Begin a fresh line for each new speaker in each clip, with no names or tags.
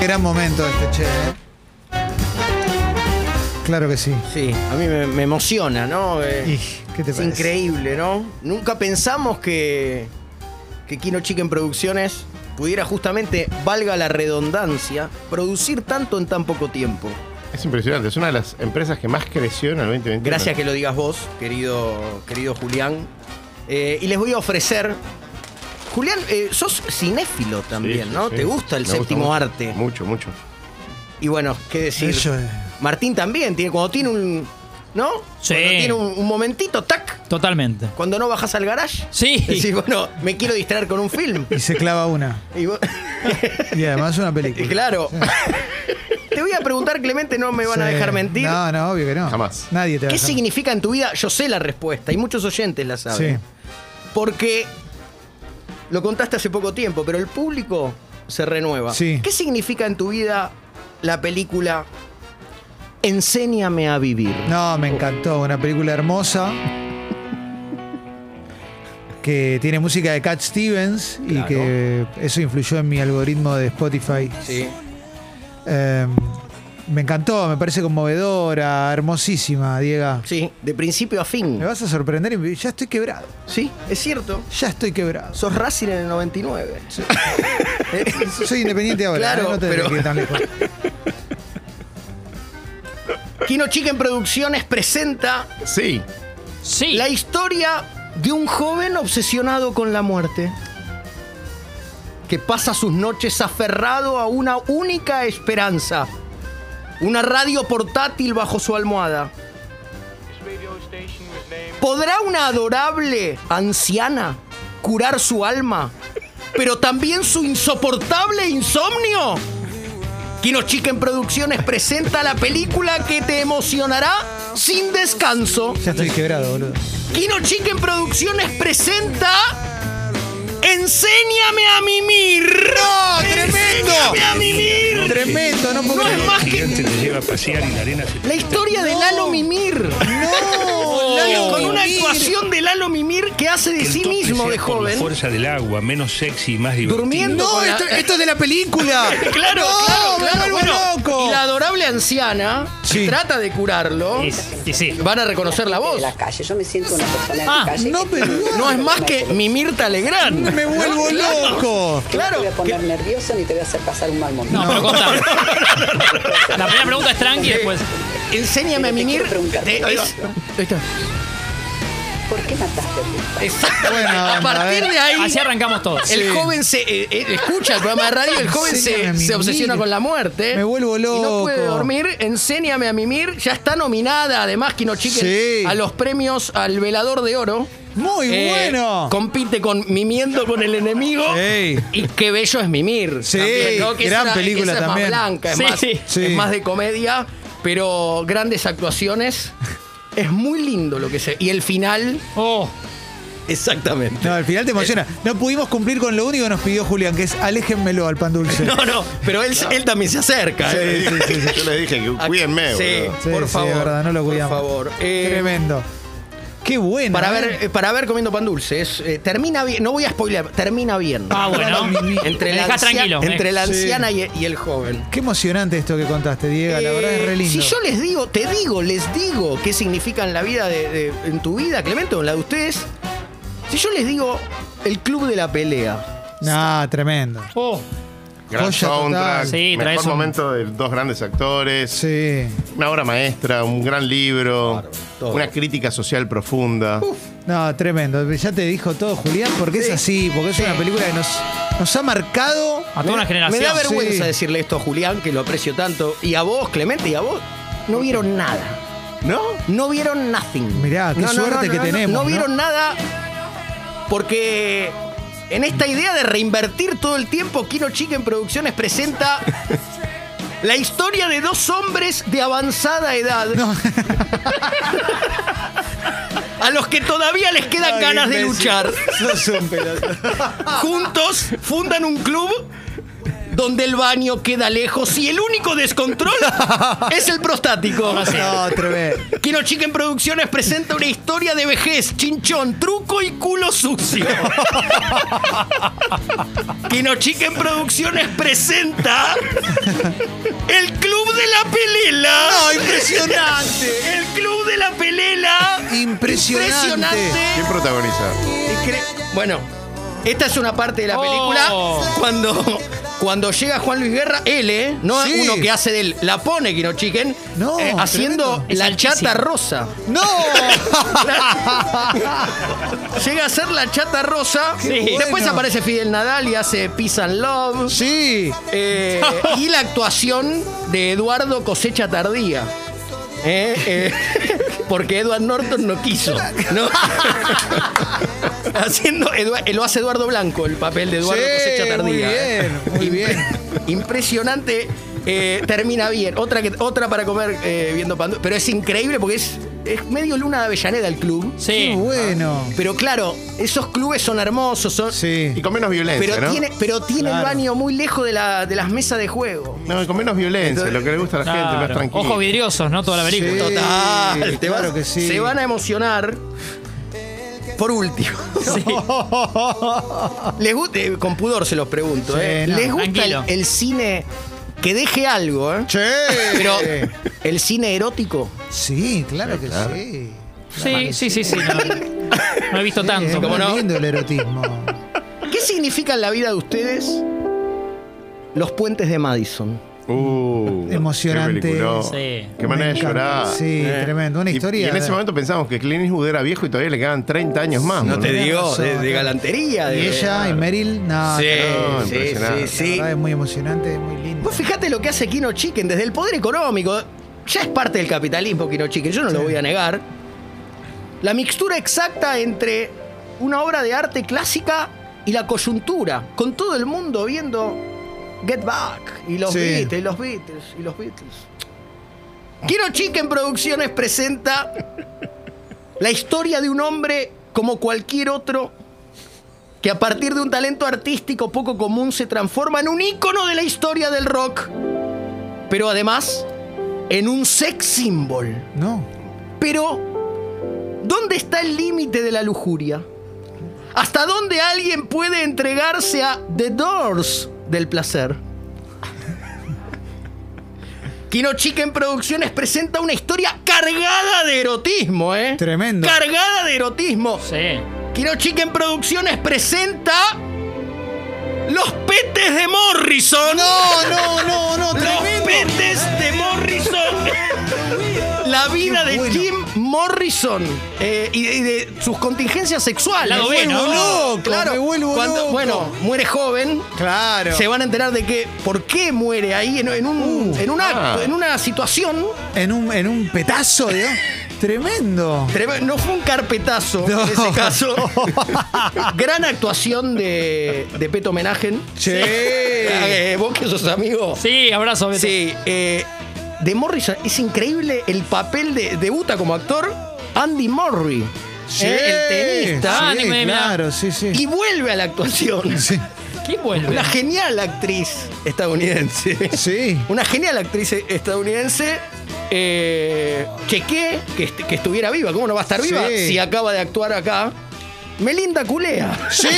gran momento este, che. ¿eh? Claro que sí.
Sí, a mí me, me emociona, ¿no? Eh,
Y, ¿Qué te
es
parece?
increíble, ¿no? Nunca pensamos que, que Kino Chicken Producciones pudiera justamente, valga la redundancia, producir tanto en tan poco tiempo.
Es impresionante, es una de las empresas que más creció en el 2021.
Gracias que lo digas vos, querido, querido Julián. Eh, y les voy a ofrecer... Julián, eh, sos cinéfilo también, ¿no? Te gusta el séptimo arte.
Mucho, mucho.
Y bueno, qué decir.
Eso es.
Martín también tiene cuando tiene un ¿no?
Sí.
Cuando tiene un, un momentito, tac,
Totalmente.
cuando no bajas al garage.
Sí.
Decís, bueno, me quiero distraer con un film.
Y se clava una.
Y vos-
Y además una
y
película.
claro. Te voy a preguntar, Clemente, no me van a
Sí.
dejar mentir.
No, no, obvio que no.
Jamás.
Nadie te va a
¿Qué
dejar-
significa en tu vida? Yo sé la respuesta y muchos oyentes la saben.
Sí.
Porque lo contaste hace poco tiempo, pero el público se renueva.
Sí.
¿Qué significa en tu vida la película Enséñame a vivir?
No, me encantó. Una película hermosa. Que tiene música de Cat Stevens y
Claro.
que eso influyó en mi algoritmo de Spotify.
Sí.
Eh, me encantó, me parece conmovedora, hermosísima, Diego.
Sí, de principio a
Me
fin.
vas a sorprender y ya estoy quebrado.
Sí, es cierto.
Ya estoy quebrado.
Sos Racing en el 99.
Soy independiente ahora,
Eh, Claro,
¿eh? no te
pero-
que ir tan lejos.
Kino Chicken Producciones presenta
Sí,
Sí.
la historia de un joven obsesionado con la muerte. Que pasa sus noches aferrado a una única esperanza. Una radio portátil bajo su almohada. ¿Podrá una adorable anciana curar su alma, pero también su insoportable insomnio? Kino Chicken Producciones presenta la película que te emocionará sin descanso.
Ya estoy quebrado, boludo.
Kino Chicken Producciones presenta Enséñame a mimir.
¡No! ¡Tremendo!
¡Enséñame a mimir!
¡Tremendo! No puedo
No es más que
gigante te lleva a pasear y la arena se
la historia de Lalo Mimir.
¡No! Oh. Lalo,
Con una
Mimir.
actuación de Lalo Mimir que hace de sí
Entonces,
mismo
sea
de
por
joven.
La fuerza del agua, menos sexy y más divertido.
Durmiendo.
No,
con la- eh,
esto, esto es de la película.
Claro,
No,
claro,
me
claro.
vuelvo
Bueno,
loco.
Y la adorable anciana
Sí.
trata de curarlo.
Y sí.
Van a reconocer la
de
voz.
la calle. Yo me siento una persona
Ah,
de calle.
no,
que-
pero-
No es más que Mimirta Legrand.
Me vuelvo loco.
que no
Claro.
te voy a poner nervioso ni te voy a hacer pasar un mal momento.
No, pero contame. La primera pregunta es tranqui y después.
Enséñame a
Te quiero
mimir.
preguntar.
Te-
Ahí
es- Ahí está.
¿Por qué mataste a tu
Exacto.
Bueno,
a
anda,
partir
a ver.
de ahí,
Así arrancamos todos.
el
Sí.
joven se eh, eh, escucha el programa de radio, el joven
Enséñame a
se, se
mimir.
obsesiona con la muerte.
Me vuelvo
Y no puede
loco.
dormir. Enséñame a mimir. Ya está nominada, además, Kino Chicken,
Sí.
a los premios al velador de oro.
Muy
Eh,
bueno.
Compite con Mimiendo con el enemigo.
Sí.
Y qué bello es Mimir.
Sí,
también, ¿no? Que es
gran
una-
película
esa es
también.
Más blanca, es,
Sí.
más,
Sí.
es más de comedia, pero grandes actuaciones. Es muy lindo lo que se. Y el final.
Oh,
Exactamente.
No, al final te emociona.
Eh.
No pudimos cumplir con lo único que nos pidió Julián, que es aléjenmelo al pan dulce.
No, no, pero él, él también se acerca. ¿eh?
yo les dije que
Ac-
cuídenme,
Sí,
boludo.
Sí,
por
sí,
favor.
es verdad, no lo
por
cuidamos.
favor. Eh,
Tremendo. Qué bueno.
Para
¿eh?
ver, eh, para ver comiendo pan dulce. es, eh, termina bien. No voy a spoiler, termina bien.
ah, bueno.
Entre
Me
la,
dejás
ancia-
tranquilo.
entre la
Sí.
anciana y, y el joven.
Qué emocionante esto que contaste, Diego. La verdad es
Eh,
re lindo.
Si yo les digo, te digo, les digo qué significa en la vida de, de- en tu vida, Clemente, o en la de ustedes. Si yo les digo el club de la pelea,
No, tremendo.
Oh,
Gran
Joya
soundtrack,
total.
Sí,
mejor
traes un-
momento de dos grandes actores,
Sí.
una obra maestra, un gran libro,
todo.
una crítica social profunda.
No, tremendo. Ya te dijo todo, Julián, porque es así, porque es una película que nos, nos ha marcado.
a toda una
me
generación.
da
Sí.
vergüenza decirle esto a Julián, que lo aprecio tanto, y a vos, Clemente, y a vos, no vieron nada.
¿No?
No vieron nothing.
Mirá, qué suerte que tenemos,
No,
¿no?
vieron nada porque en esta idea de reinvertir todo el tiempo, Kino Chicken Producciones presenta la historia de dos hombres de avanzada edad. A los que todavía les quedan ganas de luchar. Juntos fundan un club donde el baño queda lejos y el único descontrol es el prostático.
No, tremendo.
Kino Chica en Producciones presenta una historia de vejez, chinchón, truco y culo sucio. Kino Chica en Producciones presenta El Club de la Pelela.
No, Ah, impresionante.
El Club de la Pelela.
Impresionante.
¿Quién protagoniza?
Y cre- Bueno, esta es una parte de la película
Oh.
cuando, cuando llega Juan Luis Guerra, él, ¿eh? No
Sí.
uno que hace de él, la pone Kino Chicken,
No,
eh, haciendo
tremendo.
la
Es altísimo.
chata rosa.
¡No!
Llega a ser la chata rosa.
bueno.
Después aparece Fidel Nadal y hace Peace and Love.
Sí.
Eh, y la actuación de Eduardo Cosecha Tardía. Eh, eh, porque Edward Norton no quiso. ¿no? Haciendo, Edu- lo hace Eduardo Blanco, el papel de Eduardo
Sí,
Cosecha
muy
Tardía. eh.
bien, muy bien.
Impresionante. eh, termina bien. Otra, que, otra para comer eh, viendo Pandora. Pero es increíble porque es, es medio luna de Avellaneda el club.
Qué
Sí.
bueno.
Pero claro, esos clubes son hermosos, son,
Sí.
Y con menos violencia,
pero
¿no?
tiene, pero tiene el
Claro.
baño muy lejos de, la- de las mesas de juego.
No, y con menos violencia, lo que le gusta a la gente, más
Claro.
tranquilo.
Ojos vidriosos, ¿no? Toda la película.
Sí.
Total, Ah, te
claro
vas-
que sí.
Se van a emocionar. Por último. Les gusta, eh, con pudor se los pregunto,
Sí,
eh.
no,
¿Les gusta el,
tranquilo.
el cine que deje algo, eh?
Sí.
Pero el cine erótico.
Sí, claro que sí.
Sí, sí, sí, sí. No, No he visto
Sí,
tanto.
es
¿cómo
muy
no?
lindo el erotismo.
¿Qué significa en la vida de ustedes los puentes de Madison?
Uh,
Emocionante.
Qué, peliculón.
Sí.
Qué manera
Me
de
encanta.
llorar. Eh.
Sí, tremendo. Una
Y-
historia
Y, en ese
de-
momento pensábamos que Clint Eastwood era viejo y todavía le quedaban 30 años más.
No
boludo.
te
tenés
digo,
razón,
de, de
claro.
galantería.
Y
de-
ella y Meryl, no.
Sí,
no,
sí,
La
sí,
impresionante.
sí.
verdad es muy emocionante, muy lindo.
Vos fijate lo que hace Kino Chicken desde el poder económico. Ya es parte del capitalismo Kino Chicken, yo no lo voy a negar. La mixtura exacta entre una obra de arte clásica y la coyuntura, con todo el mundo viendo Get Back y los
Sí.
Beatles, y los Beatles, y los Beatles. Kino Chicken Producciones presenta la historia de un hombre como cualquier otro que a partir de un talento artístico poco común se transforma en un ícono de la historia del rock, pero además en un sex symbol.
No.
Pero, ¿dónde está el límite de la lujuria? ¿Hasta dónde alguien puede entregarse a The Doors del placer? Kino Chica en Producciones presenta una historia cargada de erotismo, ¿eh?
Tremendo.
Cargada de erotismo.
Sí.
Kino Chica en Producciones presenta. Los petes de Morrison.
No, no, no, no,
Los
tremendo.
petes de Morrison. La vida de
bueno.
Jim Morrison eh, y, de, y de sus contingencias sexuales.
Lado B, ¿no?
loco, me vuelvo
cuando-
loco.
Bueno, muere joven.
Claro.
Se van a enterar de que por qué muere ahí en, en un,
Uh,
en, un acto,
ah.
en una situación.
En un, en un petazo, ¿no? Tremendo.
treme- No fue un carpetazo
No.
en ese caso. Gran actuación de, de Peto Homenaje.
Sí.
Eh, vos que sos amigo.
Sí, abrazo, Beto.
Sí, eh, de Morrison es increíble el papel de debuta como actor Andy Murray,
Sí,
eh, el tenista,
sí,
anime, mirá.
claro, sí, sí.
y vuelve a la actuación.
Sí.
¿Quién vuelve?
Una genial actriz estadounidense.
Sí.
Una genial actriz estadounidense. Eh, chequé que, est- que estuviera viva. ¿Cómo no va a estar viva
Sí.
si acaba de actuar acá? Melinda Culea.
Sí,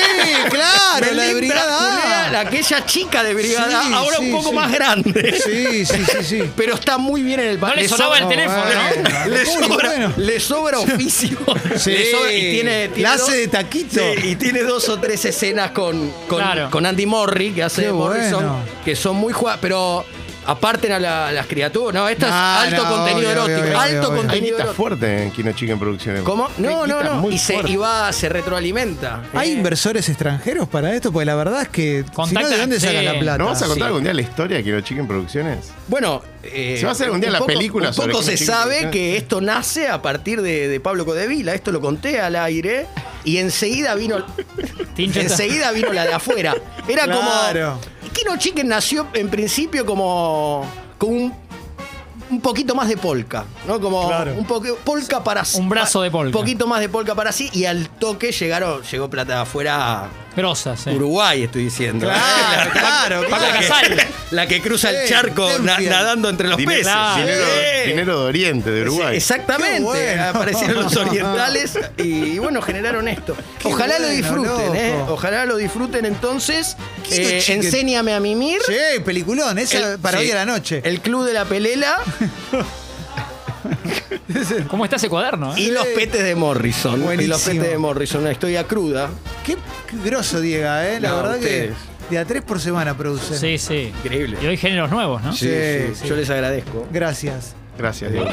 claro, la de
Melinda Culea,
Brigada A.
la- aquella chica de Brigada,
Sí,
A, ahora
sí,
un poco
sí.
más grande.
Sí, sí, sí, sí.
Pero está muy bien en el
No
papel.
le sonaba el
sobra-
teléfono, ¿no?
Bueno,
le,
muy
sobra,
bueno.
le sobra oficio.
Sí.
Le sobra- y tiene, tiene
La hace
dos-
de taquito.
Sí, y tiene dos o tres escenas con, con,
Claro.
con Andy Morri, que hace
Qué
de Morrison,
bueno.
que son muy jugadas, pero aparten a la- las criaturas. No, esto
No,
es alto
no,
contenido
obvio,
erótico.
obvio,
alto
obvio, obvio.
Hay
contenido
guita
erótico.
fuerte en Kino Chica en Producciones.
¿Cómo? No,
Hay
no,
guita
no.
muy
Y se,
fuerte.
y va, se retroalimenta. Eh,
¿Hay inversores extranjeros para esto? Porque la verdad es que. Si no,
Contactan-
¿de dónde
sí.
sacan la plata?
¿No vas a contar
Sí.
algún día la historia de Kino Chica en Producciones?
Bueno, eh,
Se va a hacer un día la
poco-
película
Un
sobre
poco
cómo
se
llega-
sabe que esto nace a partir de, de Pablo Codevila. Esto lo conté al aire y enseguida vino,
Tincho está-
enseguida vino la de afuera. Era
Claro.
como Kino Chicken nació en principio como, como un, un poquito más de polka, ¿no? Como
Claro.
un poco polka para
Un brazo de polka.
Un poquito más de polka para sí y al toque llegaron, llegó plata de afuera
Grosas, sí.
Uruguay, estoy diciendo.
Claro, claro,
Paco
La que-
Casal.
La que cruza el
Sí,
charco na-
Tenfield.
nadando entre los
Dinero,
peces.
claro.
dinero,
Sí.
dinero de Oriente, de Uruguay.
Exactamente.
Qué bueno.
Aparecieron los orientales y, bueno, generaron esto.
Qué
Ojalá lo
bueno,
disfruten, ¿eh?
loco.
Ojalá lo disfruten entonces.
Qué
Eh,
chique-
enséñame a mimir.
Sí, peliculón, esa
El-
para
sí.
hoy a la noche.
El Club de la Pelela
¿Cómo está ese cuaderno? eh?
y los petes de Morrison. Y los
Buenísimo.
petes de Morrison, una historia cruda.
Qué, qué grosso, Diego, ¿eh? La
No,
verdad
ustedes.
que de a tres por semana producen.
Sí, sí.
Increíble.
Y hoy géneros nuevos, ¿no?
Sí,
Yo les agradezco.
Gracias.
Gracias, Diego.